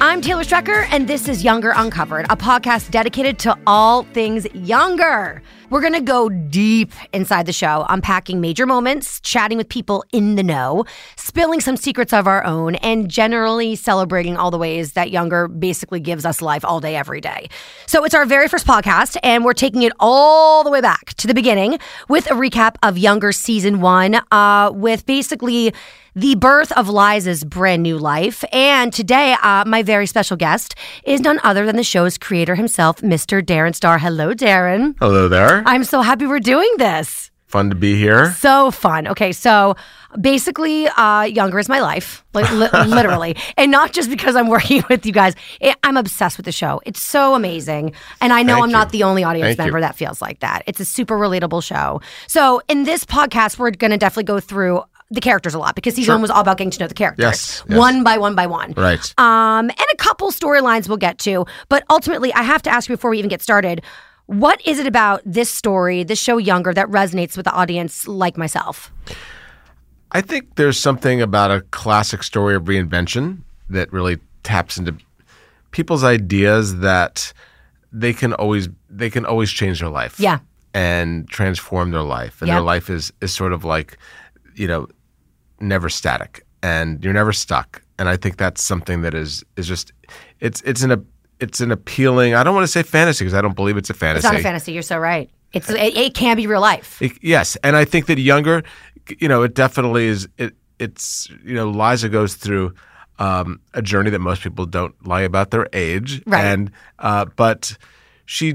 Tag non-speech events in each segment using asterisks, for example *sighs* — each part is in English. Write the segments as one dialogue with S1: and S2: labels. S1: I'm Taylor Strecker, and this is Younger Uncovered, a podcast dedicated to all things younger. We're going to go deep inside the show, unpacking major moments, chatting with people in the know, spilling some secrets of our own, and generally celebrating all the ways that younger basically gives us life all day, every day. So it's our very first podcast, and we're taking it all the way back to the beginning with a recap of Younger season one, uh, with basically the birth of Liza's brand new life. And today, uh, my very special guest is none other than the show's creator himself, Mr. Darren Star. Hello, Darren.
S2: Hello there.
S1: I'm so happy we're doing this.
S2: Fun to be here.
S1: So fun. Okay, so basically, uh, Younger is my life, like,
S2: *laughs*
S1: li- literally. And not just because I'm working *laughs* with you guys, I- I'm obsessed with the show. It's so amazing. And I know
S2: Thank
S1: I'm not
S2: you.
S1: the only audience
S2: Thank you.
S1: member that feels like that. It's a super relatable show. So, in this podcast, we're going to definitely go through the characters a lot because season one was all about getting to know the characters
S2: Yes, yes.
S1: one by one by one.
S2: Right.
S1: Um, and a couple storylines we'll get to. But ultimately, I have to ask you before we even get started what is it about this story, this show Younger, that resonates with the audience like myself?
S2: I think there's something about a classic story of reinvention that really taps into people's ideas that they can always they can always change their life.
S1: Yeah.
S2: And transform their life. And
S1: Yeah.
S2: their life is is sort of like, you know, never static and you're never stuck. And I think that's something that is is just it's it's an a- it's an appealing I don't want to say fantasy because I don't believe it's a fantasy.
S1: It's not a fantasy. You're so right. It's it, it can be real life.
S2: It, yes, and I think that younger, you know, it definitely is. It, it's you know, Liza goes through um, a journey that most people don't lie about their age,
S1: Right.
S2: And uh, but she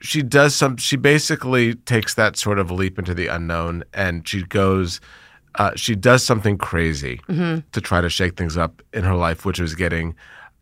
S2: she does some. She basically takes that sort of leap into the unknown, and she goes. Uh, she does something crazy
S1: Mm-hmm.
S2: to try to shake things up in her life, which was getting,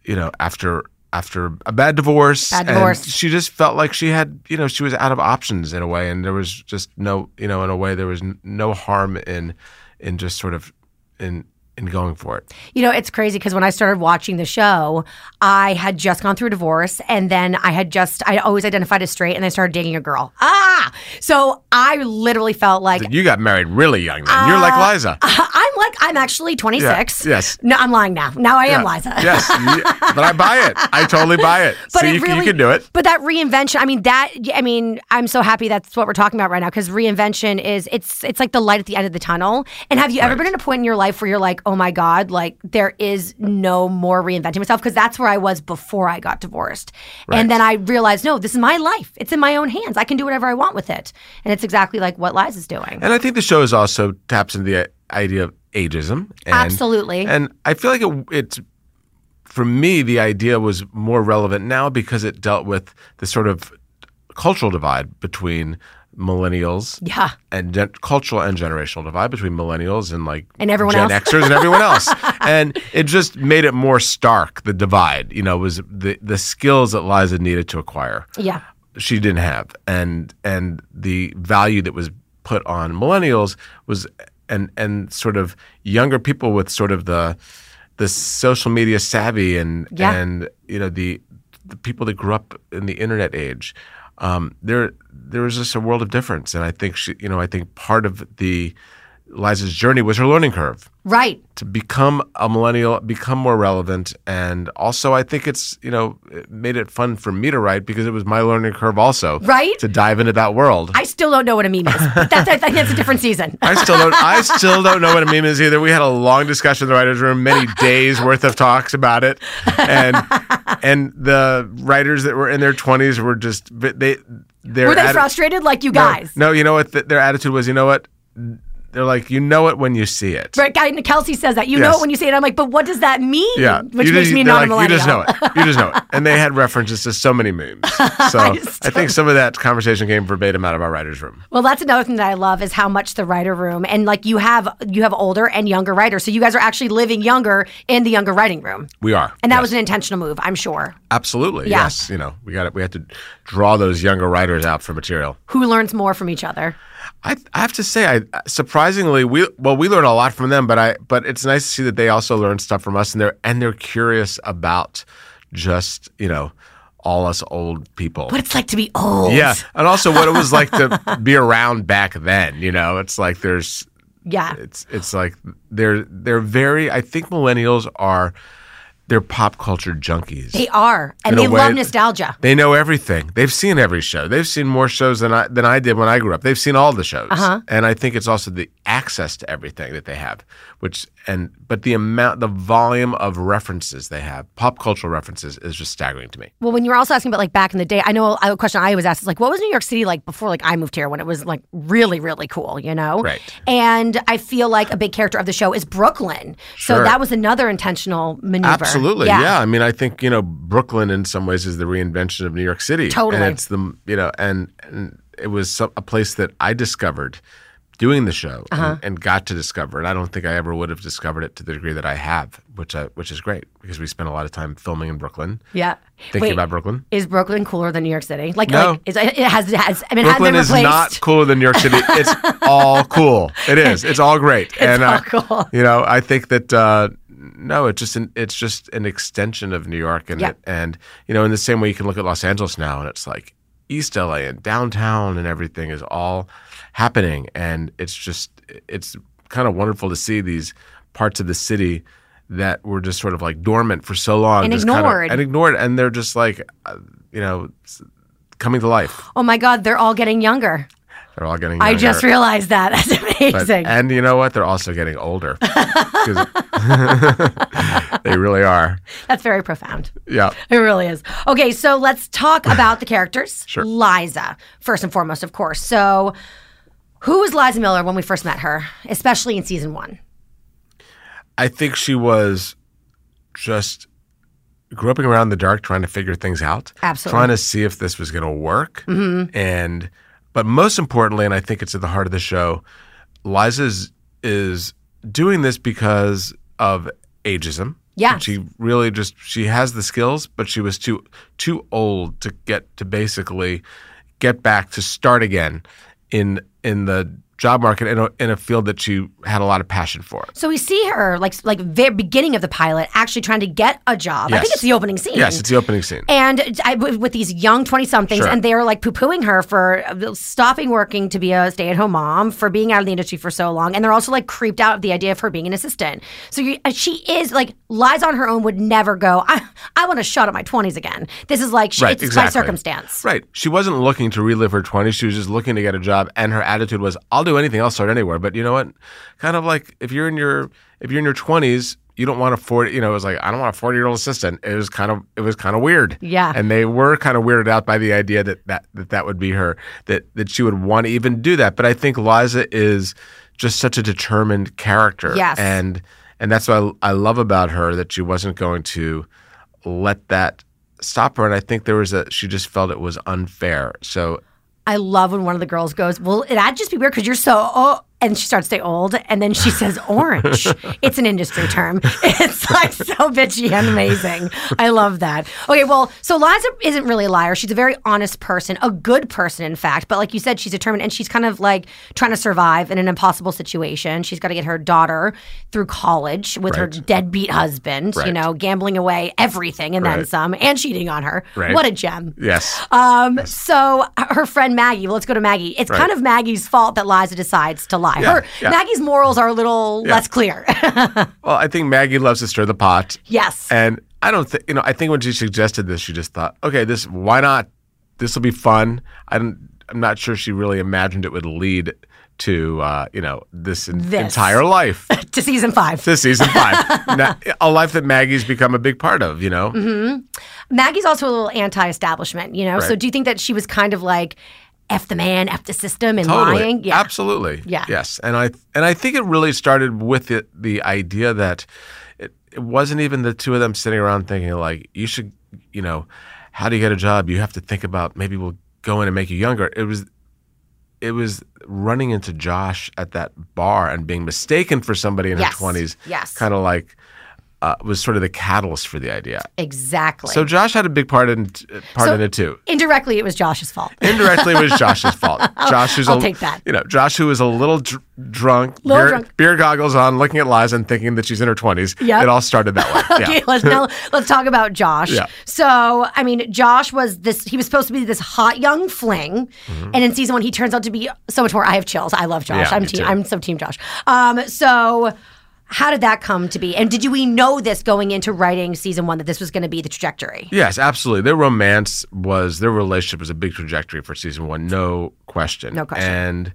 S2: you know, after after a bad divorce.
S1: Bad
S2: and
S1: divorce.
S2: she just felt like she had, you know, she was out of options in a way, and there was just no, you know, in a way there was n- no harm in, in just sort of, in in going for it.
S1: You know, it's crazy because when I started watching the show, I had just gone through a divorce and then I had just, I always identified as straight and I started dating a girl. Ah! So I literally felt like
S2: You got married really young then. You're
S1: Uh,
S2: like Liza.
S1: *laughs* I'm like, I'm actually 26.
S2: Yeah, yes.
S1: No, I'm lying now. Now I am Liza.
S2: yes, you- but I buy it. I totally buy it.
S1: But
S2: so
S1: it
S2: you, can-
S1: really,
S2: you can do it.
S1: But that reinvention, I mean, that, I mean, I'm so happy that's what we're talking about right now because reinvention is, it's, it's like the light at the end of the tunnel. And have you ever been at a point in your life where you're like, oh my God, like there is no more reinventing myself? Because that's where I was before I got divorced. And then I realized, no, this is my life. It's in my own hands. I can do whatever I want with it. And it's exactly like what Liz is doing.
S2: And I think the show is also taps into the i- idea of ageism. And,
S1: Absolutely.
S2: And I feel like it, it's for me the idea was more relevant now because it dealt with the sort of cultural divide between millennials
S1: yeah.
S2: and gen- cultural and generational divide between millennials and like
S1: And everyone
S2: Gen
S1: else.
S2: Xers
S1: *laughs*
S2: and everyone else. and it just made it more stark the divide. You know, was the the skills that Liza needed to acquire
S1: Yeah.
S2: she didn't have and and the value that was put on millennials was and and sort of younger people with sort of the the social media savvy and
S1: Yeah.
S2: and you know the the people that grew up in the internet age um, there there was just a world of difference and I think she you know I think part of the Liza's journey was her learning curve
S1: Right.
S2: to become a millennial, become more relevant, and also I think it's you know it made it fun for me to write because it was my learning curve also,
S1: Right?
S2: To dive into that world. I-
S1: I still don't know what a meme is, but that's, I think that's a different season.
S2: still don't. I still don't know what a meme is either. We had a long discussion in the writers' room, many days worth of talks about it, and and the writers that were in their twenties were just but they they're
S1: Were they frustrated like you
S2: no,
S1: guys?
S2: No, you know what? Th- their attitude was, you know what? They're like, you know it when you see it.
S1: Right, guy Kelsey says that. You know
S2: Yes.
S1: it when you say it. I'm like, but what does that mean?
S2: Yeah,
S1: Which
S2: You
S1: makes
S2: just-
S1: me
S2: they're
S1: not a millennial.
S2: You just know it. You just know it. And they had references to so many
S1: *laughs*
S2: memes. So I, think some of that conversation came verbatim out of our writers' room.
S1: Well, that's another thing that I love is how much the writer room and like you have you have older and younger writers. So you guys are actually living younger in the younger writing room.
S2: We are,
S1: And that
S2: Yes.
S1: was an intentional move, I'm sure.
S2: absolutely
S1: Yeah.
S2: yes. You know, we got We had to draw those younger writers out for material.
S1: Who learns more from each other?
S2: I, I have to say, I surprisingly we well we learn a lot from them, but I but it's nice to see that they also learn stuff from us, and they're and they're curious about just you know all us old people.
S1: What it's like to be old.
S2: yeah, and also what it was like to be around back then. You know, it's like there's
S1: Yeah.
S2: it's it's like they're they're very I think millennials are they're pop culture junkies.
S1: They are, and
S2: In a
S1: they
S2: way-
S1: love nostalgia.
S2: They know everything. They've seen every show. They've seen more shows than I than I did when I grew up. They've seen all the shows, and I think it's also the access to everything that they have, which and but the amount, the volume of references they have, pop cultural references, is just staggering to me.
S1: Well, when you were also asking about like back in the day, I know a question I always ask is like, what was New York City like before like I moved here when it was like really really cool, you know?
S2: Right.
S1: And I feel like a big character of the show is Brooklyn, so
S2: Sure.
S1: that was another intentional maneuver.
S2: Absolutely, yeah. I mean, I think you know Brooklyn in some ways is the reinvention of New York City.
S1: Totally.
S2: and it's the you know, and, and it was some, a place that I discovered doing the show
S1: Uh-huh.
S2: and, and got to discover, and I don't think I ever would have discovered it to the degree that I have, which I, which is great because we spent a lot of time filming in Brooklyn,
S1: Yeah.
S2: thinking
S1: Wait,
S2: about Brooklyn.
S1: Is Brooklyn cooler than New York City? Like,
S2: No.
S1: like is, it has, it has I mean, it has
S2: Brooklyn
S1: been
S2: is
S1: replaced.
S2: not cooler than New York City.
S1: *laughs*
S2: It's all cool. It is. It's all great. It's and uh,
S1: all
S2: I,
S1: *laughs* cool.
S2: You know, I think that uh, no, it's just an it's just an extension of New York, and
S1: Yeah.
S2: it, and you know, in the same way you can look at Los Angeles now, and it's like East LA and downtown and everything is all happening, and it's just it's kind of wonderful to see these parts of the city that were just sort of like dormant for so long
S1: And
S2: just kinda-
S1: ignored.
S2: and ignored, and they're just like uh, you know s- coming to life.
S1: Oh my God, they're all getting younger.
S2: They're all getting.
S1: I
S2: younger.
S1: just realized that. *laughs* That's
S2: But-
S1: amazing.
S2: and you know what? They're also getting older. 'Cause- *laughs* they really are.
S1: That's very profound.
S2: Yeah.
S1: It really is. Okay, so let's
S2: *laughs*
S1: talk about the characters.
S2: Sure.
S1: Liza, first and foremost, of course. So, who was Liza Miller when we first met her, especially in season one?
S2: I think she was just groping around in the dark, trying to figure things out.
S1: Absolutely. Mm-hmm.
S2: Trying to see if this was going to work. And, but most importantly, and I think it's at the heart of the show, Liza is, is doing this because of ageism.
S1: Yes.
S2: And She really just she has the skills, but she was too too old to get to basically get back to start again in in the job market in a, in a field that she had a lot of passion for.
S1: So we see her like like very beginning of the pilot actually trying to get a job. I think
S2: Yes.
S1: it's the opening scene.
S2: Yes, it's the opening scene.
S1: and I, with with these young 20 somethings
S2: Sure.
S1: and they're like poo-pooing her for uh, stopping working to be a stay-at-home mom for being out of the industry for so long and they're also like creeped out of the idea of her being an assistant so you, and she is like lies on her own would never go i, I want to shut at my 20s again this is like she,
S2: Right,
S1: it's by
S2: exactly.
S1: circumstance
S2: Right. She wasn't looking to relive her 20s. She was just looking to get a job and her attitude was I'll do anything, I'll start anywhere. But you know what? Kind of like if you're in your if you're in your 20s, you don't want a 40, you know, it was like I don't want a 40-year-old assistant. It was kind of it was kind of weird.
S1: Yeah.
S2: And they were kind of weirded out by the idea that that that, that would be her that that she would want to even do that. But I think Liza is just such a determined character
S1: Yes.
S2: and and that's what I, I love about her that she wasn't going to let that stop her. And I think there was a she just felt it was unfair. So
S1: i love when one of the girls goes well that'd just be weird because you're so oh and she starts to stay old, and then she says
S2: *laughs*
S1: orange. it's an industry term. It's like so bitchy and amazing. I love that. Okay, well, so Liza isn't really a liar. She's a very honest person, a good person, in fact. But like you said, she's determined and she's kind of like trying to survive in an impossible situation. She's got to get her daughter through college with her
S2: Right.
S1: deadbeat husband, you
S2: Right.
S1: know, gambling away everything and then
S2: Right.
S1: some and cheating on her.
S2: Right.
S1: What a gem.
S2: yes,
S1: Um, so her friend Maggie, well, let's go to Maggie. It's kind of Maggie's fault that Liza decides to lie.
S2: Yeah,
S1: her
S2: yeah.
S1: Maggie's morals are a little less clear. *laughs*
S2: well, I think Maggie loves to stir the pot,
S1: yes.
S2: and I don't think you know. I think when she suggested this, she just thought, okay, this why not? This will be fun. I don't, I'm not sure she really imagined it would lead to uh, you know this, en-
S1: This.
S2: entire life.
S1: to season 5.
S2: To season five,
S1: *laughs*
S2: Now, a life that Maggie's become a big part of, you know.
S1: Mm-hmm. Maggie's also a little anti-establishment, you know. So
S2: Right.
S1: do you think that she was kind of like f the man, f the system and
S2: totally.
S1: lying? Yeah.
S2: Absolutely.
S1: Yeah.
S2: Yes. And I and I think it really started with the, the idea that it, it wasn't even the two of them sitting around thinking like you should, you know, how do you get a job? You have to think about maybe we'll go in and make you younger. It was it was running into Josh at that bar and being mistaken for somebody in
S1: Yes.
S2: her 20s.
S1: Yes.
S2: Kind of like uh, was sort of the catalyst for the idea.
S1: exactly.
S2: So Josh had a big part in part
S1: So-
S2: in it too.
S1: indirectly it was Josh's fault.
S2: Indirectly,
S1: *laughs*
S2: it was Josh's fault. Josh, who's
S1: I'll
S2: a,
S1: take that.
S2: You know, Josh, who was a little dr- drunk,
S1: Little
S2: beer,
S1: drunk.
S2: beer goggles on, looking at Liza and thinking that she's in her twenties.
S1: Yep.
S2: it all started
S1: *laughs*
S2: that way.
S1: Okay,
S2: Yeah.
S1: let's now let's talk about Josh.
S2: Yeah.
S1: So, I mean, Josh was this. He was supposed to be this hot young fling, and in season one, he turns out to be so much more. I have chills. I love Josh.
S2: Mm-hmm. Yeah,
S1: I'm
S2: me
S1: team.
S2: too.
S1: I'm so team Josh. Um, so How did that come to be? And did you we know this going into writing season one that this was going to be the trajectory?
S2: Yes, absolutely. Their romance was their relationship was a big trajectory for season one, no question.
S1: No question.
S2: And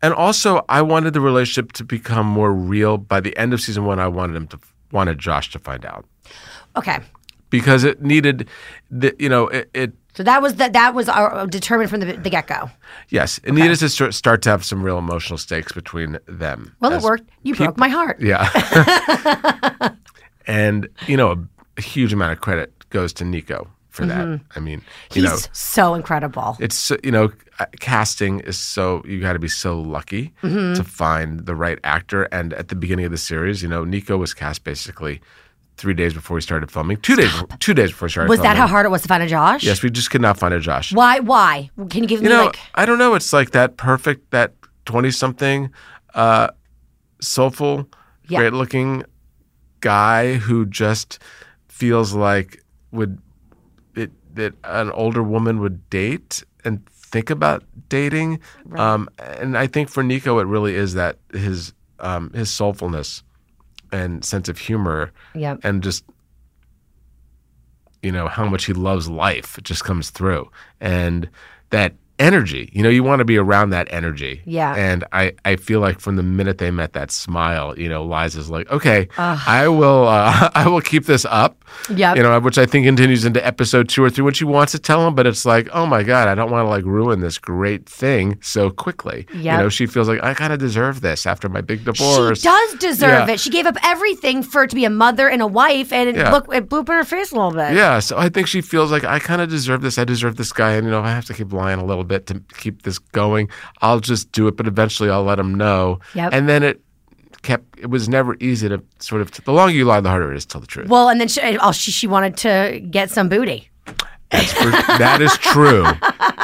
S2: and also, I wanted the relationship to become more real. By the end of season one, I wanted him to wanted Josh to find out
S1: Okay,
S2: because it needed, the, you know, it, it
S1: so that was that that was our, uh, determined from the, the get go.
S2: yes, it needed to start, start to have some real emotional stakes between them.
S1: Well,
S2: as
S1: it worked. You broke my heart.
S2: Yeah.
S1: *laughs*
S2: *laughs* and, you know, a, a huge amount of credit goes to Nico for that. I mean, you
S1: Mm-hmm. He's
S2: know,
S1: so incredible.
S2: it's, so- you know, uh, casting is so, you got to be so lucky
S1: Mm-hmm.
S2: to find the right actor. And at the beginning of the series, you know, Nico was cast basically three days before we started filming, two days, two days before we started
S1: was
S2: filming.
S1: that how hard it was to find a Josh?
S2: Uh-huh. Yes, we just could not find a Josh.
S1: Why? Why? Can you give
S2: you
S1: me
S2: know,
S1: like?
S2: I don't know. It's like that perfect, that 20 something, uh, soulful,
S1: Yeah.
S2: great looking guy who just feels like would it, that an older woman would date and think about dating. Um, and I think for Nico, it really is that his um, his soulfulness and sense of humor
S1: Yeah.
S2: and just you know how much he loves life it just comes through and that energy you know you want to be around that energy
S1: Yeah.
S2: and i i feel like from the minute they met that smile you know liza's like okay i will uh, *laughs* i will keep this up
S1: Yep.
S2: you know which i think continues into episode two or three when she wants to tell him but it's like oh my god i don't want to like ruin this great thing so quickly
S1: Yep.
S2: you know she feels like i kind of deserve this after my big divorce
S1: She does deserve
S2: Yeah.
S1: it. She gave up everything for it to be a mother and a wife, and it
S2: Yeah.
S1: look it blew up in her face a little bit.
S2: Yeah, so I think she feels like I kind of deserve this. I deserve this guy, and you know I have to keep lying a little bit to keep this going. I'll just do it, but eventually I'll let him know.
S1: Yep.
S2: And then it kept. It was never easy to sort of. The longer you lie, the harder it is to tell the
S1: *laughs*
S2: truth.
S1: Well, and then she, oh, she she wanted to get some booty.
S2: That's for, that is true.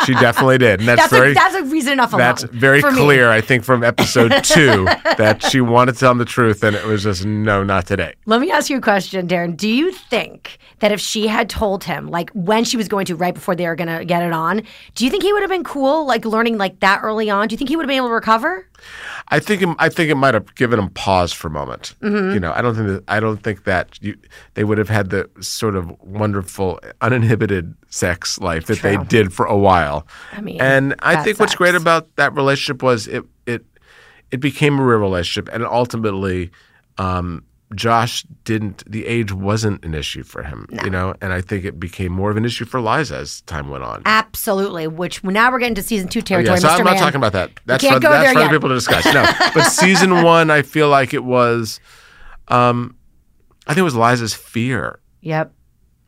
S2: She definitely did, and that's,
S1: That's
S2: very.
S1: a, that's a reason enough. Alone
S2: that's very
S1: for me.
S2: clear, I think, from episode
S1: *laughs*
S2: two that she wanted to tell him the truth, and it was just no, not today.
S1: Let me ask you a question, Darren. Do you think that if she had told him, like when she was going to, right before they were going to get it on, do you think he would have been cool, like learning like that early on? Do you think he would have been able to recover?
S2: I think it, I think it might have given him pause for a moment.
S1: Mm-hmm.
S2: You know, I don't think that, I don't think that you, they would have had the sort of wonderful uninhibited sex life that they
S1: True.
S2: did for a while.
S1: I mean,
S2: and I
S1: that
S2: think what's
S1: sucks.
S2: great about that relationship was it it it became a real relationship, and ultimately, um, Josh didn't. The age wasn't an issue for him, you know, and I think it became more of an issue for Liza as time went on.
S1: Absolutely. Which now we're getting to season two territory,
S2: Oh, Yeah, so
S1: Mr.
S2: I'm
S1: Oh, Man.
S2: not talking about that. That's
S1: can't
S2: for,
S1: go
S2: that's
S1: there
S2: for
S1: yet.
S2: other people to discuss. No,
S1: *laughs*
S2: but season one, I feel like it was, um, I think it was Liza's fear
S1: yep.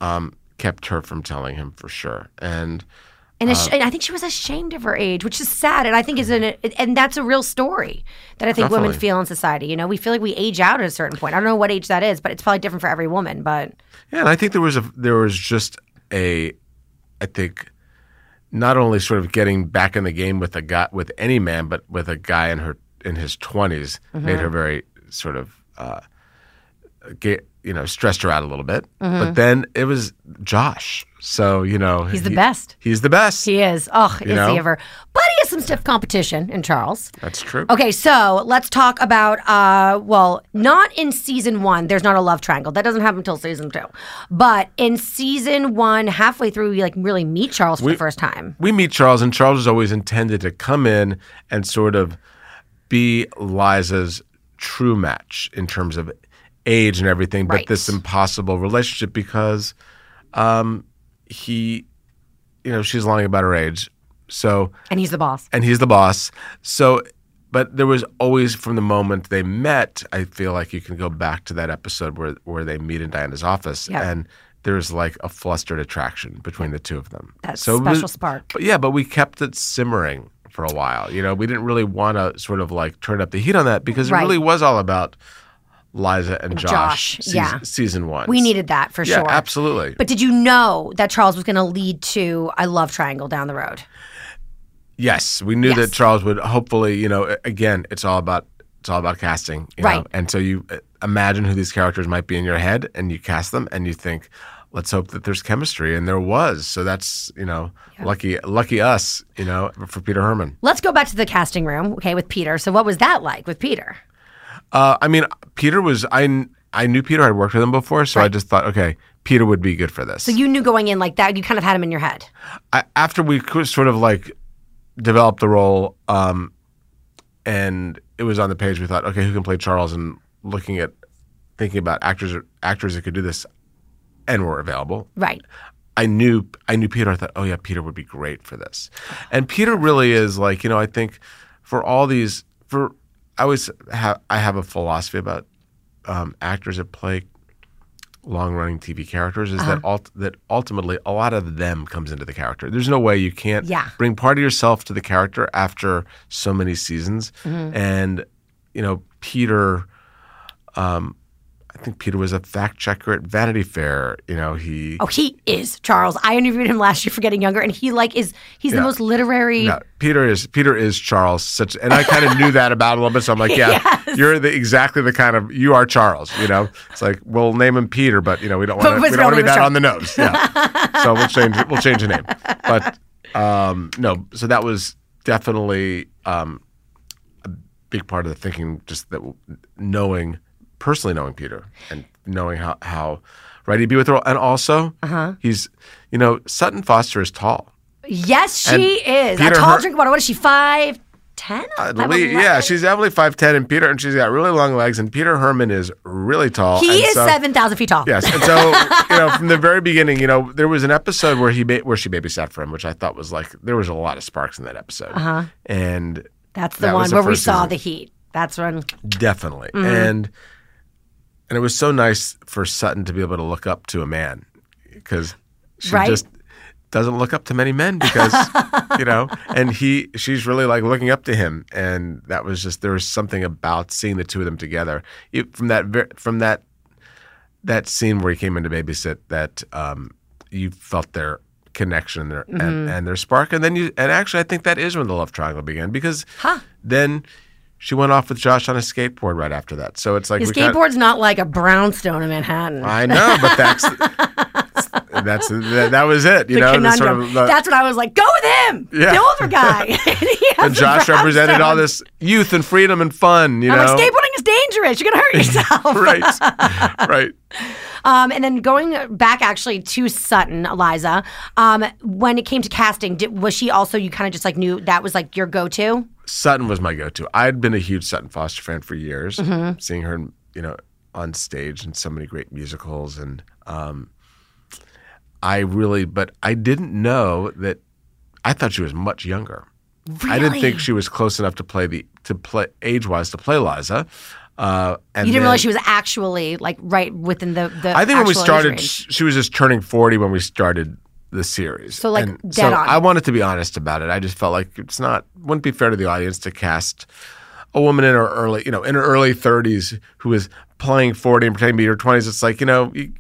S2: um, kept her from telling him for sure, and
S1: And,
S2: Uh,
S1: ash- and I think she was ashamed of her age, which is sad. And I think is an and that's a real story that I think women
S2: Mm-hmm. Definitely.
S1: feel in society. You know, we feel like we age out at a certain point. I don't know what age that is, but it's probably different for every woman. But
S2: yeah, and I think there was a there was just a, I think, not only sort of getting back in the game with a guy with any man, but with a guy in her in his 20s made
S1: Mm-hmm.
S2: her very sort of. Uh, Get, you know, stressed her out a little bit, but then it was Josh. So you know,
S1: Mm-hmm. he's the best.
S2: He's the best.
S1: He is. Oh, is
S2: know?
S1: he ever? But he has some stiff competition in Charles.
S2: That's true.
S1: Okay, so let's talk about uh well, not in season 1, there's not a love triangle. That doesn't happen until season 2. But in season 1, halfway through we like really meet Charles for the first time.
S2: We meet Charles, and Charles is always intended to come in and sort of be Liza's true match in terms of age and everything,
S1: Right.
S2: but this impossible relationship because um, he, you know, she's lying about her age. So,
S1: And he's the boss.
S2: and he's the boss. So, but there was always from the moment they met. I feel like you can go back to that episode where where they meet in Diana's office,
S1: Yeah.
S2: and there's like a flustered attraction between the two of them.
S1: That
S2: So it was-
S1: special spark.
S2: But yeah, but we kept it simmering for a while. You know, we didn't really want to sort of like turn up the heat on that because
S1: Right.
S2: it really was all about Liza and Josh.
S1: Josh, yeah.
S2: season one.
S1: We needed that for
S2: yeah,
S1: sure.
S2: absolutely.
S1: But did you know that Charles was going to lead to a love triangle down the road?
S2: Yes, we knew
S1: Yes.
S2: that Charles would hopefully, you know, again, it's all about it's all about casting, you
S1: Right.
S2: know. And so you uh, imagine who these characters might be in your head and you cast them and you think let's hope that there's chemistry and there was. So that's, you know, lucky lucky us, you know, for Peter Herman.
S1: Let's go back to the casting room, okay, with Peter. So what was that like with Peter?
S2: Uh, I mean, Peter was I kn- I knew Peter. I'd worked with him before, so I just thought, okay, Peter would be good for this.
S1: So you knew going in like that. You kind of had him in your head.
S2: I, after we co- sort of like developed the role, um, and it was on the page, we thought, okay, who can play Charles? And looking at thinking about actors actors that could do this, and were available.
S1: Right.
S2: I knew I knew Peter. I thought, oh yeah, Peter would be great for this. And Peter really is like you know I think for all these for I always have I have a philosophy about um, actors that play long running TV characters is that ult- that ultimately a lot of them comes into the character. There's no way you can't
S1: Yeah.
S2: bring part of yourself to the character after so many seasons. And you know Peter. um, I think Peter was a fact checker at Vanity Fair. You know, he
S1: Oh, he is Charles. I interviewed him last year for Getting Younger, and he like is he's the
S2: Yeah.
S1: most literary.
S2: Yeah, Peter is Peter is Charles. Such, and I kind of knew that about him a little bit. So I'm like, yeah, you're the, exactly the kind of you are Charles. You know, it's like we'll name him Peter, but you know we don't want
S1: But
S2: to
S1: it's
S2: we don't want
S1: really
S2: to be that
S1: Charles.
S2: on the nose. Yeah, so we'll change we'll change the name. But um, no, so that was definitely um, a big part of the thinking, just that knowing personally knowing Peter and knowing how how right he'd be with the role, and also he's you know Sutton Foster is tall.
S1: Yes,
S2: And
S1: she is. a
S2: Peter
S1: tall
S2: Her-
S1: drink water. What is she? Five ten?
S2: I believe- Uh, yeah, she's definitely five ten, and Peter and she's got really long legs, and Peter Herman is really tall.
S1: He
S2: and
S1: is
S2: so-
S1: seven thousand feet tall.
S2: Yes, and so you know from the very beginning, you know there was an episode where he ba- where she babysat for him, which I thought was like there was a lot of sparks in that episode, uh-huh. and
S1: That's the
S2: That
S1: one
S2: was the
S1: where we
S2: first
S1: saw
S2: season.
S1: the heat. That's when
S2: definitely, and and it was so nice for Sutton to be able to look up to a man because she
S1: Right?
S2: just doesn't look up to many men because you know and he she's really like looking up to him and that was just there was something about seeing the two of them together it, from that ver- from that that scene where he came in to babysit that um, you felt their connection their,
S1: Mm-hmm.
S2: and, and their spark and then you and actually I think that is when the love triangle began because then she went off with Josh on a skateboard right after that so it's like
S1: the
S2: we kinda-
S1: skateboard's not like a brownstone in Manhattan.
S2: I know, but
S1: *laughs*
S2: that's that's that, that was it. You
S1: the
S2: know, the
S1: conundrum.
S2: sort of the,
S1: That's when I was like, go with him,
S2: Yeah.
S1: the older
S2: *laughs*
S1: guy. *laughs* He has
S2: and
S1: a
S2: Josh represented all
S1: brownstone.
S2: this youth and freedom and fun. You
S1: I'm
S2: know,
S1: like, skateboarding is dangerous. You're gonna
S2: *laughs*
S1: hurt yourself.
S2: right, right.
S1: Um, and then going back actually to Sutton, Eliza, um, when it came to casting, did, was she also, you kind of just like knew that was like your go to?
S2: Sutton was my go-to. I'd been a huge Sutton Foster fan for years,
S1: Mm-hmm.
S2: seeing her, you know, on stage in so many great musicals, and um, I really, but I didn't know that. I thought she was much younger. I didn't think she was close enough to play the to play age-wise to play Liza. Uh, and
S1: You didn't
S2: then-
S1: realize she was actually like right within the. the
S2: I think when
S1: actual
S2: we
S1: age
S2: started,
S1: range.
S2: sh- she was just turning 40 when we started the series.
S1: So, like,
S2: And
S1: dead
S2: so
S1: on.
S2: I wanted to be honest about it. I just felt like it's not, wouldn't be fair to the audience to cast a woman in her early, you know, in her early 30s who is playing 40 and pretending to be her 20s. It's like, you know, you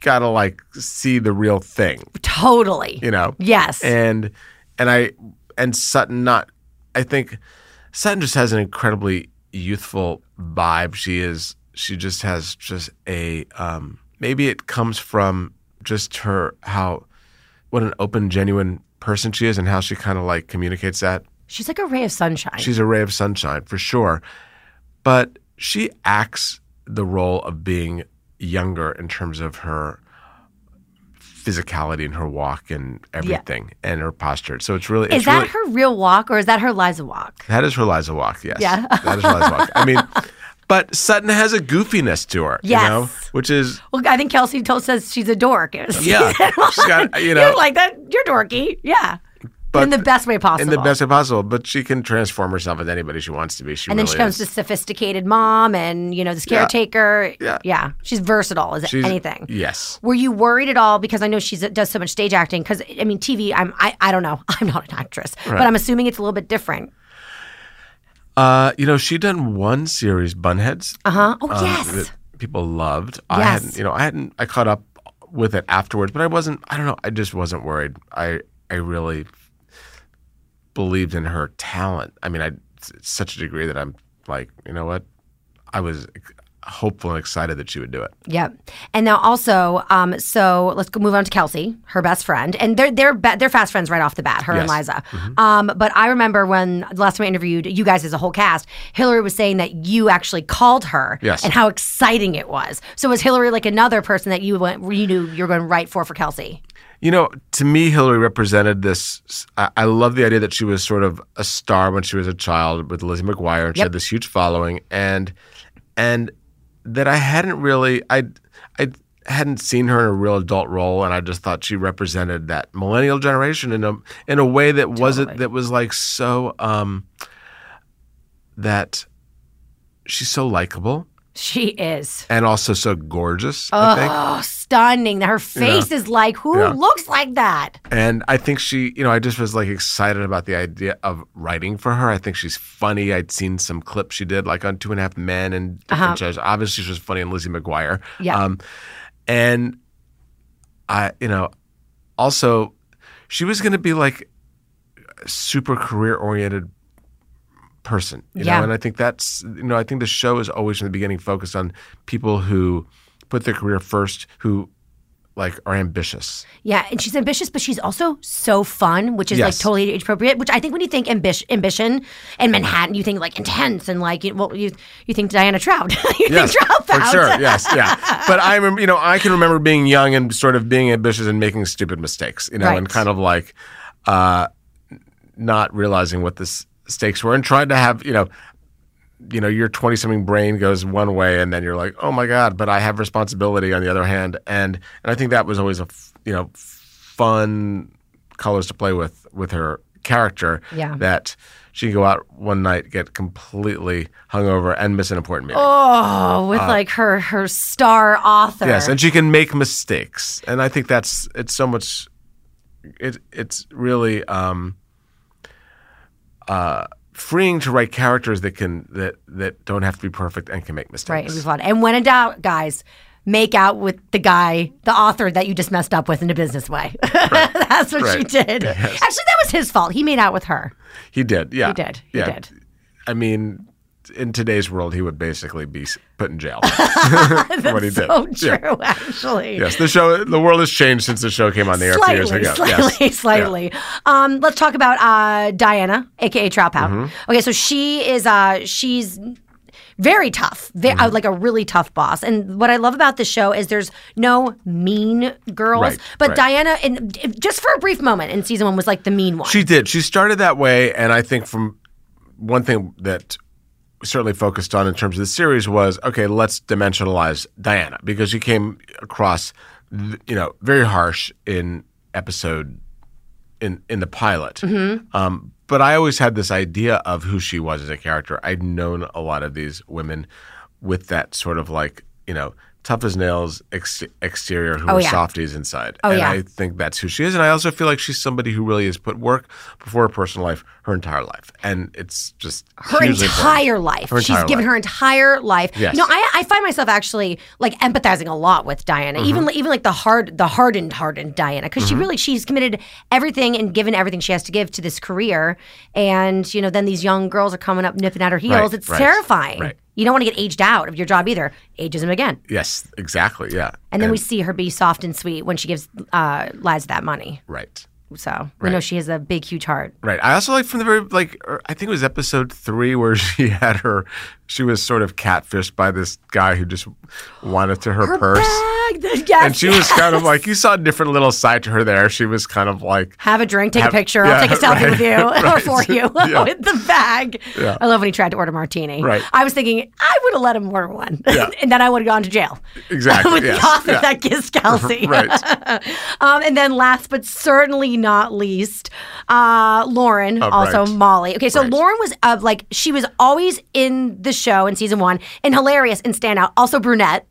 S2: gotta like see the real thing,
S1: Totally.
S2: you know?
S1: Yes.
S2: and and I and Sutton not I think Sutton just has an incredibly youthful vibe. She is she just has just a um, maybe it comes from just her how what an open genuine person she is and how she kind of like communicates that.
S1: She's like a ray of sunshine.
S2: She's a ray of sunshine for sure, but she acts the role of being younger in terms of her physicality and her walk and everything and her posture. So it's really
S1: is
S2: it's
S1: that
S2: really,
S1: her real walk or is that her Liza walk?
S2: that is her Liza walk. Yes,
S1: Yeah.
S2: that is her Liza walk.
S1: *laughs*
S2: I mean, but Sutton has a goofiness to her.
S1: Yes.
S2: you know, which
S1: *laughs*
S2: is
S1: Well, I think Kelsey told, says she's a dork.
S2: yeah,
S1: *laughs*
S2: she's got uh, you know
S1: You're like that. You're dorky. Yeah.
S2: But-
S1: in the best way possible.
S2: in the best way possible. But she can transform herself into anybody she wants to be. She
S1: And then
S2: really
S1: she comes
S2: is.
S1: to sophisticated mom and, you know, this caretaker.
S2: Yeah.
S1: She's versatile as
S2: She's-
S1: anything.
S2: Yes.
S1: Were you worried at all? Because I know she does so much stage acting. Because, I mean, TV, I'm, I, I don't know. *laughs* I'm not an actress, but I'm assuming it's a little bit different.
S2: Uh, you know, she done one series, Bunheads.
S1: Uh huh. Oh,
S2: um,
S1: yes.
S2: that people loved. I
S1: Yes.
S2: hadn't, you know, I hadn't. I caught up with it afterwards, but I wasn't. I don't know. I just wasn't worried. I I really believed in her talent. I mean, I it's such a degree that I'm like, you know what? I was hopeful and excited that she would do it.
S1: Yep. And now also, um, so let's go move on to Kelsey, her best friend, and they're they're be- they're fast friends right off the bat, her and
S2: Yes. Mm-hmm.
S1: Liza. Um, but I remember when the last time I interviewed you guys as a whole cast, Hillary was saying that you actually called her,
S2: Yes.
S1: and how exciting it was. So was Hillary like another person that you went you knew you were going to write for for Kelsey?
S2: You know, to me, Hillary represented this. I, I love the idea that she was sort of a star when she was a child with Lizzie McGuire, and she
S1: Yep.
S2: had this huge following, and and that I hadn't really, I I hadn't seen her in a real adult role, and I just thought she represented that millennial generation in a in a way that wasn't that was like so um that she's so likable
S1: She is.
S2: and also so gorgeous. I think.
S1: Oh, stunning. Her face is like, who
S2: Yeah.
S1: looks like that?
S2: And I think she, you know, I just was like excited about the idea of writing for her. I think she's funny. I'd seen some clips she did, like on Two and a Half Men and different shows. Obviously, she was funny in Lizzie McGuire.
S1: Uh-huh. Yeah.
S2: Um, and I, you know, also, she was going to be like a super career oriented person, you
S1: Yeah.
S2: know, and I think that's, you know, I think the show is always from the beginning focused on people who put their career first, who like are ambitious.
S1: Yeah, and she's ambitious, but she's also so fun, which is like
S2: Yes.
S1: totally age appropriate. Which I think when you think ambition, ambition and Manhattan, you think like intense and like you, well, you you think Diana Trout, *laughs* you
S2: Yes,
S1: think Trout
S2: for sure. Yes, yeah. But I remember, you know, I can remember being young and sort of being ambitious and making stupid mistakes, you know,
S1: Right.
S2: and kind of like uh, not realizing what the s- stakes were and trying to have, you know, you know, your twenty-something brain goes one way, and then you're like, "Oh my god!" But I have responsibility on the other hand, and and I think that was always a f- you know fun colors to play with with her character.
S1: Yeah.
S2: That she can go out one night, get completely hungover, and miss an important meeting.
S1: Oh, with like her her star author.
S2: Uh, Yes, and she can make mistakes, and I think that's it's so much. It it's really um, uh, freeing to write characters that can that that don't have to be perfect and can make mistakes.
S1: right, it'd be fun. And when in doubt, guys, make out with the guy, the author that you just messed up with in a business way. *laughs* That's what she
S2: Right.
S1: did. Actually, that was his fault. He made out with her.
S2: He did. Yeah,
S1: He did. He
S2: Uh, yeah.
S1: did.
S2: I mean, in today's world, he would basically be s- put
S1: *laughs*
S2: in jail *laughs* for what he did.
S1: So
S2: Yeah.
S1: true, *laughs* actually.
S2: Yes, the show. The world has changed since the show came on the air a few years
S1: slightly,
S2: ago.
S1: slightly,
S2: Yes.
S1: *laughs* slightly. Um, let's talk about uh, Diana, aka Trout Pound.
S2: Mm-hmm.
S1: Okay, so she is uh, she's very tough, ve-
S2: Mm-hmm.
S1: uh, like a really tough boss. And what I love about this show is there's no mean girls,
S2: Right,
S1: but
S2: right.
S1: Diana, in, if- just for a brief moment in season one, was like the mean one.
S2: She did. She started that way, and I think from one thing that we certainly focused on in terms of the series was okay, let's dimensionalize Diana because she came across, th- you know, very harsh in episode in in the pilot. Um, but I always had this idea of who she was as a character. I'd known a lot of these women with that sort of like you know tough as nails ex- exterior who were
S1: yeah.
S2: softies inside. and
S1: Oh, yeah.
S2: I think that's who she is. And I also feel like she's somebody who really has put work before her personal life her entire life, and it's just
S1: her
S2: hugely important.
S1: entire life.
S2: Her
S1: She's
S2: entire
S1: given
S2: life.
S1: her entire life.
S2: Yes.
S1: No, I, I find myself actually like empathizing a lot with Diana, even
S2: Mm-hmm.
S1: even like the hard, the hardened, hardened Diana, because she really she's committed everything and given everything she has to give to this career, and you know then these young girls are coming up nipping at her heels.
S2: Right,
S1: it's
S2: right,
S1: terrifying.
S2: right.
S1: You don't want to get aged out of your job either. Ageism again,
S2: Yes, exactly. Yeah,
S1: and then we see her be soft and sweet when she gives uh, Liza that money.
S2: right.
S1: So we know she has a big, huge heart.
S2: Right. I also like from the very like er, I think it was episode three where *laughs* she had her she was sort of catfished by this guy who just wanted to her, purse.
S1: Bag- yes,
S2: And she was kind of like you saw a different little side to her there. She was kind
S1: *laughs*
S2: of like
S1: Have a drink, take a
S2: Have-
S1: picture.
S2: yeah, *laughs*
S1: I'll take a selfie
S2: right,
S1: with you *laughs* or
S2: right.
S1: for you
S2: *laughs* Yeah.
S1: *laughs* with the bag. I love when he tried to order martini.
S2: Right.
S1: I was thinking I would have let him order one, *laughs*
S2: Yeah.
S1: and then I would have gone to jail *laughs*
S2: Exactly,
S1: with
S2: yes,
S1: the author
S2: yeah.
S1: that gives Kelsey.
S2: *laughs* Right.
S1: um, and then last but certainly not least, uh, Lauren, also
S2: Oh, right.
S1: Molly. Okay, so
S2: Right.
S1: Lauren was uh, like she was always in the show in season one and hilarious and standout. Also brunette.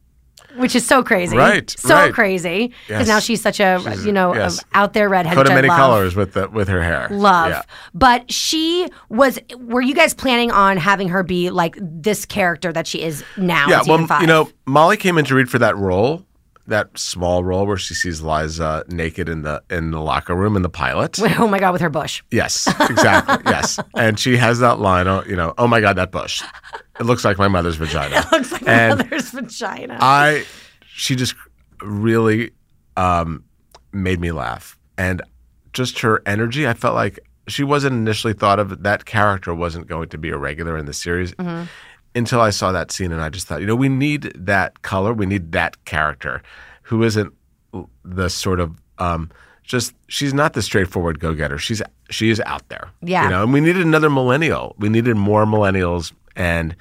S1: Which is so crazy,
S2: Right,
S1: So
S2: right.
S1: crazy because
S2: Yes.
S1: now she's such a
S2: She's-
S1: you know *laughs* a
S2: yes.
S1: out there redhead.
S2: coat
S1: which
S2: of
S1: I
S2: many
S1: love
S2: colors with the with her hair.
S1: love.
S2: Yeah.
S1: But she was. Were you guys planning on having her be like this character that she is now? in
S2: Yeah,
S1: season
S2: well,
S1: five?
S2: you know, Molly came in to read for that role, that small role where she sees Liza naked in the in the locker room in the pilot.
S1: *laughs* Oh my god, with her bush. *laughs*
S2: Yes, exactly. yes, and she has that line. Oh, you know, oh my God, that bush. It looks like my mother's vagina.
S1: Looks like
S2: And-
S1: mother's vagina.
S2: I she just really um, made me laugh, and just her energy. I felt like she wasn't initially thought of that character wasn't going to be a regular in the series until I saw that scene, and I just thought, you know, we need that color, we need that character who isn't l- the sort of um, just she's not the straightforward go getter. She's she is out there,
S1: Yeah.
S2: You know, and we needed another millennial. We needed more millennials, and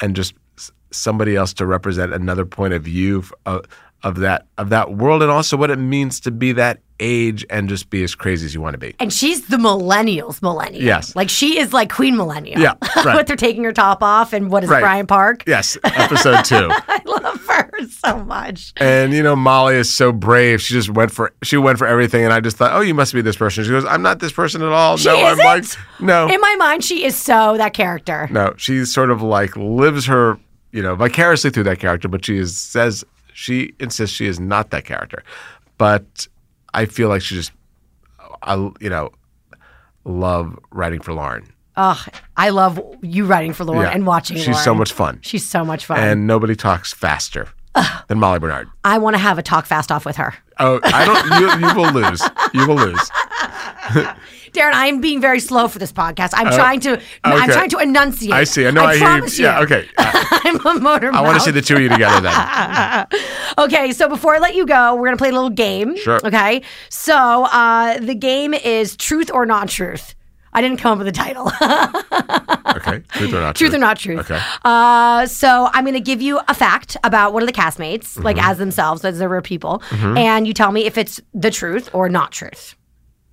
S2: and just s- somebody else to represent another point of view f- of, of that of that world, and also what it means to be that age and just be as crazy as you want to be.
S1: and she's the millennials millennial.
S2: Yes.
S1: Like she is like queen millennial. *laughs*
S2: Yeah, right.
S1: With her taking her top off and what is
S2: Right.
S1: it, Brian Park?
S2: Yes, episode two.
S1: *laughs* I love her so much.
S2: And you know, Molly is so brave. She just went for she went for everything, and I just thought, oh, you must be this person. She goes, I'm not this person at all. no, I'm
S1: isn't?
S2: like, no,
S1: In my mind, she is so that character.
S2: no. She sort of like lives her, you know, vicariously through that character, but she is, says she insists she is not that character. But I feel like she just, I you know, love writing for Lauren.
S1: Ugh, I love you writing for Lauren and watching
S2: She's
S1: Lauren.
S2: so much fun,
S1: She's so much fun.
S2: and nobody talks faster than Molly Bernard.
S1: I want to have a talk fast off with her.
S2: Oh, I don't. you, you will lose. You will lose.
S1: Darren, I am being very slow for this podcast. I'm trying to I'm
S2: Oh, okay.
S1: trying to enunciate.
S2: I see. I know. I, hear.
S1: promise
S2: you. Yeah.
S1: you.
S2: Okay. I,
S1: *laughs* I'm a motor
S2: I want to see the two of you together then.
S1: *laughs* Okay, so before I let you go, we're gonna play a little game.
S2: Sure.
S1: Okay. So uh, the game is truth or not truth. I didn't come up with a title. *laughs*
S2: Okay. Truth or not
S1: truth or not truth.
S2: Okay.
S1: Uh, so I'm going to give you a fact about one of the castmates,
S2: Mm-hmm.
S1: like as themselves, as their real people, and you tell me if it's the truth or not truth.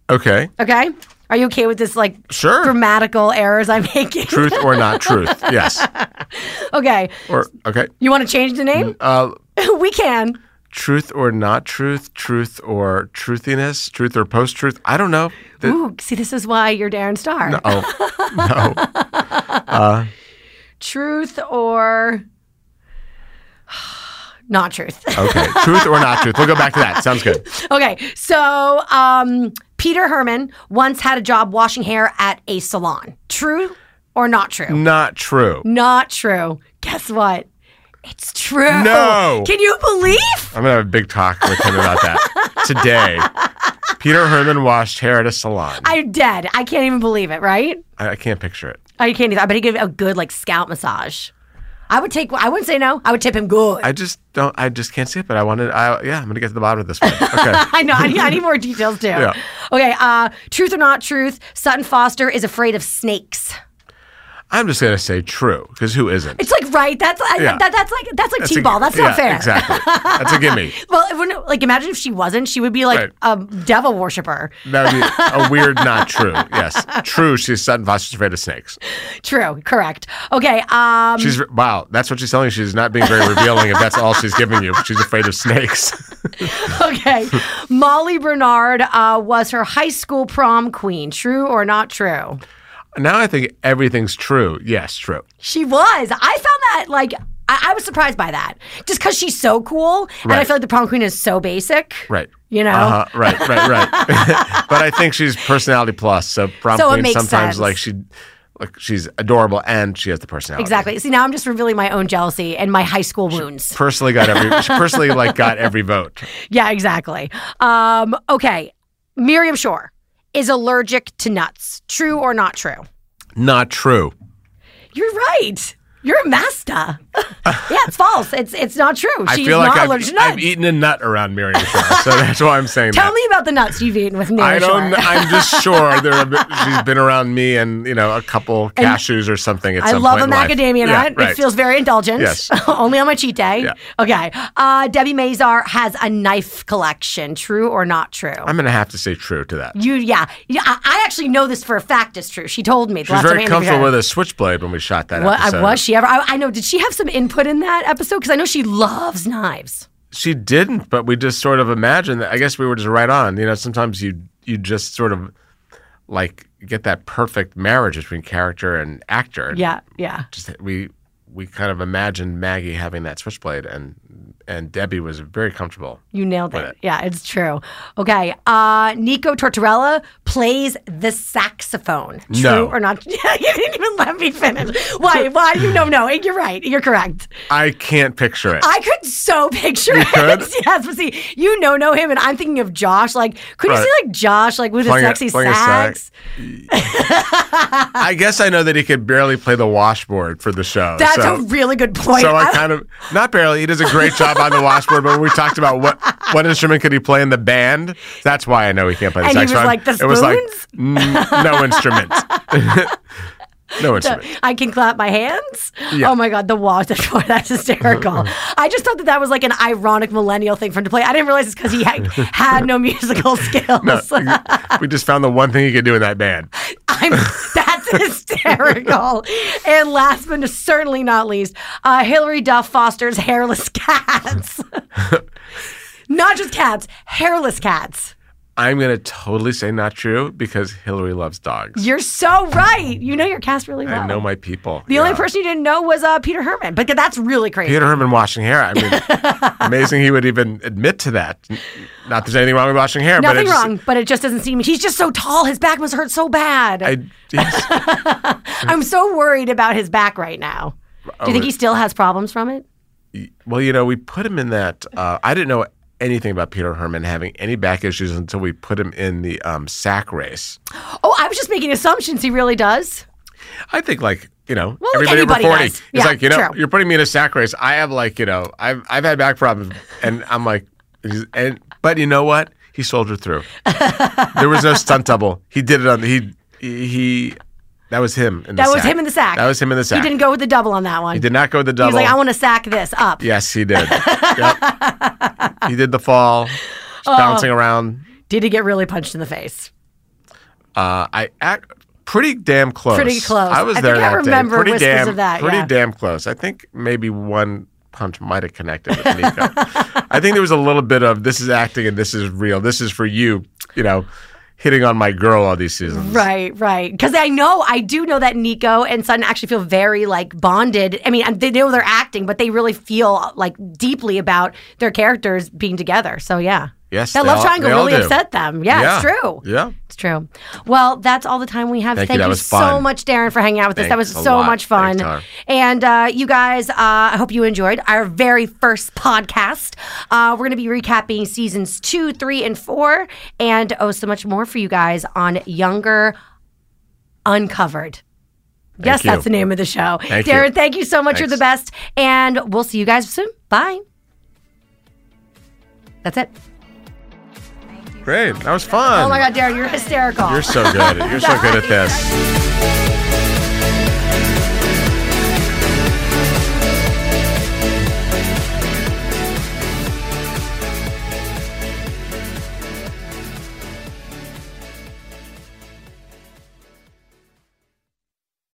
S2: Okay.
S1: Okay. Are you okay with this, like
S2: Sure.
S1: grammatical errors I'm making?
S2: truth or not truth. Yes.
S1: *laughs* okay.
S2: Or okay.
S1: You want to change the name?
S2: Uh,
S1: *laughs* we can.
S2: truth or not truth. Truth or truthiness. Truth or post truth. I don't know. The-
S1: Ooh, see, this is why you're Darren Star.
S2: oh,
S1: *laughs*
S2: Uh,
S1: Truth or *sighs* not truth. *laughs*
S2: okay. truth or not truth. We'll go back to that. Sounds good.
S1: Okay, so um, Peter Herman once had a job washing hair at a salon. True or not true?
S2: Not true.
S1: Not true. Guess what? It's true.
S2: No.
S1: Can you believe?
S2: I'm gonna have a big talk with him about that today. Peter Herman washed hair at a salon. I,
S1: I'm dead. I can't even believe it, right?
S2: I can't picture it.
S1: I Oh, can't even. I bet he gave a good, like, scalp massage. I would take, I wouldn't say no. I would tip him good. I,
S2: I just don't. I just can't see it. But I wanted. I yeah. I'm gonna get to the bottom of this one. Okay.
S1: know. *laughs* I need, I need more details, too.
S2: Yeah.
S1: Okay, uh, truth or not truth, Sutton Foster is afraid of snakes.
S2: I'm just gonna say true because who isn't?
S1: It's like, right? That's, I,
S2: Yeah.
S1: that, that's like, that's like
S2: a-
S1: T-ball. That's not
S2: yeah,
S1: fair.
S2: Exactly. That's a gimme.
S1: Well, it wouldn't, like imagine if she wasn't, she would be like
S2: Right.
S1: a devil worshiper.
S2: That would be a weird, not true. Yes, true. She's Sutton Foster's afraid of snakes.
S1: True, correct. Okay,
S2: *laughs*
S1: um,
S2: She's wow. That's what she's telling you. She's not being very revealing. If that's all she's giving you, she's afraid of snakes. *laughs*
S1: okay. Molly Bernard uh, was her high school prom queen. True or not true?
S2: Now I think everything's true. Yes, true.
S1: She was. I found that like I, I was surprised by that, just because she's so cool, and I
S2: Right.
S1: feel like the prom queen is so basic.
S2: Right.
S1: You know.
S2: Uh-huh. Right. Right. *laughs* Right. but I think she's personality plus. So prom
S1: So it
S2: queen
S1: makes
S2: sometimes
S1: sense.
S2: like she, like she's adorable and she has the personality.
S1: Exactly. See, now I'm just revealing my own jealousy and my high school wounds.
S2: Personally got every. She personally like got every vote.
S1: Yeah, exactly. Um, okay. Miriam Shore is allergic to nuts. True or not true?
S2: Not true.
S1: You're right. You're a master. *laughs* yeah, it's false. It's it's not true.
S2: I
S1: She's
S2: feel like
S1: not
S2: I've,
S1: allergic to nuts.
S2: I've eaten a nut around Miriam Shaw, so that's why I'm saying that.
S1: Tell me about the nuts you've eaten with Miriam
S2: I don't.
S1: Shore.
S2: kn- I'm just sure there. Have been, she's been around me and you know a couple cashews or something at
S1: I
S2: some
S1: love
S2: point.
S1: a
S2: in life.
S1: macadamia
S2: Yeah,
S1: nut.
S2: right.
S1: It feels very indulgent.
S2: Yes.
S1: *laughs* Only on my cheat day.
S2: Yeah.
S1: Okay. Uh, Debbie Mazar has a knife collection. True or not true?
S2: I'm gonna have to say true to that.
S1: you yeah. yeah I, I actually know this for a fact. It's true. She told me. The
S2: She was
S1: last time I
S2: very
S1: interviewed
S2: comfortable
S1: her.
S2: with a switchblade when we shot that
S1: What,
S2: episode.
S1: I, was she ever? I, I know. Did she have some input in that episode? Because I know she loves knives.
S2: She didn't, but we just sort of imagined that. I guess we were just right on. You know, sometimes you you just sort of like get that perfect marriage between character and actor.
S1: Yeah, yeah.
S2: Just we we kind of imagined Maggie having that switchblade, and and Debbie was very comfortable.
S1: You nailed it. Yeah, it's true. Okay. Uh, Nico Tortorella plays the saxophone. True
S2: No.
S1: or not? *laughs* you didn't even let me finish. Why? Why? You know, no. You're right. You're correct.
S2: I can't
S1: *laughs*
S2: picture it.
S1: I could so picture it.
S2: could?
S1: *laughs* yes, but see, you know, know him, and I'm thinking of Josh. Like, could you
S2: Right.
S1: see like Josh, like with
S2: Playing a-
S1: a sexy
S2: playing a
S1: sax?
S2: sax. I guess I know that he could barely play the washboard for the show.
S1: That's
S2: so.
S1: a really good point.
S2: so I kind of not barely. He does a great job on the washboard. But when we talked about what what instrument could he play in the band, that's why I know he can't play the
S1: And he was
S2: saxophone.
S1: like, "The
S2: it was like
S1: spoons?"
S2: mm, no instrument, *laughs* no instrument.
S1: *laughs* I can clap my hands.
S2: Yeah.
S1: Oh my god, the wash. *laughs* That's
S2: *laughs*
S1: hysterical. I just thought that that was like an ironic millennial thing for him to play. I didn't realize it's because he
S2: *laughs*
S1: had, had no musical skills. *laughs*
S2: we just found the one thing he could do in that band.
S1: I'm that's *laughs* hysterical. and last but certainly not least, uh, Hillary Duff fosters hairless *laughs*
S2: *laughs*
S1: cats. not just cats, hairless cats.
S2: I'm gonna totally say not true because Hillary loves dogs.
S1: You're so right. You know your cats really well.
S2: I know my people.
S1: the only person you didn't know was uh, Peter Herman, but that's really crazy.
S2: Peter Herman washing hair. I
S1: *laughs*
S2: mean, amazing he would even admit to that. Not that there's anything wrong with washing hair, but
S1: Nothing
S2: it's
S1: wrong, but it just doesn't seem. He's just so tall. His back must hurt so bad. I,
S2: I, yes.
S1: am so worried about his back right now. Do you
S2: Oh,
S1: think he still has problems from it?
S2: Well, you know, we put him in that. Uh, I didn't know anything about Peter Herman having any back issues until we put him in the um, sack race.
S1: Oh, I was just making assumptions. He really does.
S2: I think, like, you know,
S1: like
S2: everybody over
S1: anybody
S2: 40.
S1: does.
S2: It's
S1: Yeah,
S2: like, you know,
S1: true.
S2: you're putting me in a sack race. I have, like, you know, I've, I've had back problems. And I'm like, and but you know what? He soldiered
S1: *laughs*
S2: through. there was no stunt double. He did it on the, he, he, that was him in the
S1: That
S2: sack.
S1: was him in the sack.
S2: That was him in the sack.
S1: He didn't go with the double on that one.
S2: He did not go with the
S1: He
S2: double.
S1: was like, I want to sack this up.
S2: Yes, he
S1: *laughs*
S2: did. yep. He did the fall, just
S1: Oh.
S2: bouncing around.
S1: Did he get really punched in the face?
S2: Uh, I act pretty damn close.
S1: Pretty close.
S2: I was
S1: I
S2: there
S1: think I
S2: that
S1: remember
S2: day. Pretty
S1: whispers
S2: damn,
S1: of that,
S2: pretty
S1: yeah.
S2: damn close. I think maybe one punch might have connected with Nico. I think there was a little bit of this is acting and this is real. This is for you, you know, hitting on my girl all these seasons.
S1: Right, right. Because I know, I do know that Nico and Sutton actually feel very like bonded. I mean, and they know they're acting, but they really feel like deeply about their characters being together. So yeah,
S2: Yes,
S1: that
S2: they
S1: love
S2: all-
S1: triangle
S2: they all
S1: really
S2: do.
S1: upset them. Yeah, it's
S2: Yeah.
S1: true.
S2: Yeah.
S1: It's true. Well, that's all the time we have.
S2: Thank you.
S1: Thank
S2: That
S1: you,
S2: was
S1: so
S2: fun.
S1: much, Darren, for hanging out with us. That was
S2: Thanks a
S1: so
S2: lot.
S1: much fun.
S2: Thanks, Tara.
S1: and uh, you guys, uh, I hope you enjoyed our very first podcast. Uh, we're going to be recapping seasons two, three, and four, and oh, so much more for you guys on Younger Uncovered. yes,
S2: you.
S1: that's the name of the show.
S2: Thank you.
S1: Darren, thank you so much. You're
S2: Thanks.
S1: the best. And we'll see you guys soon. Bye. That's it.
S2: Great. That was fun.
S1: Oh my God, Darren, you're hysterical. *laughs*
S2: You're so good. You're so good at this.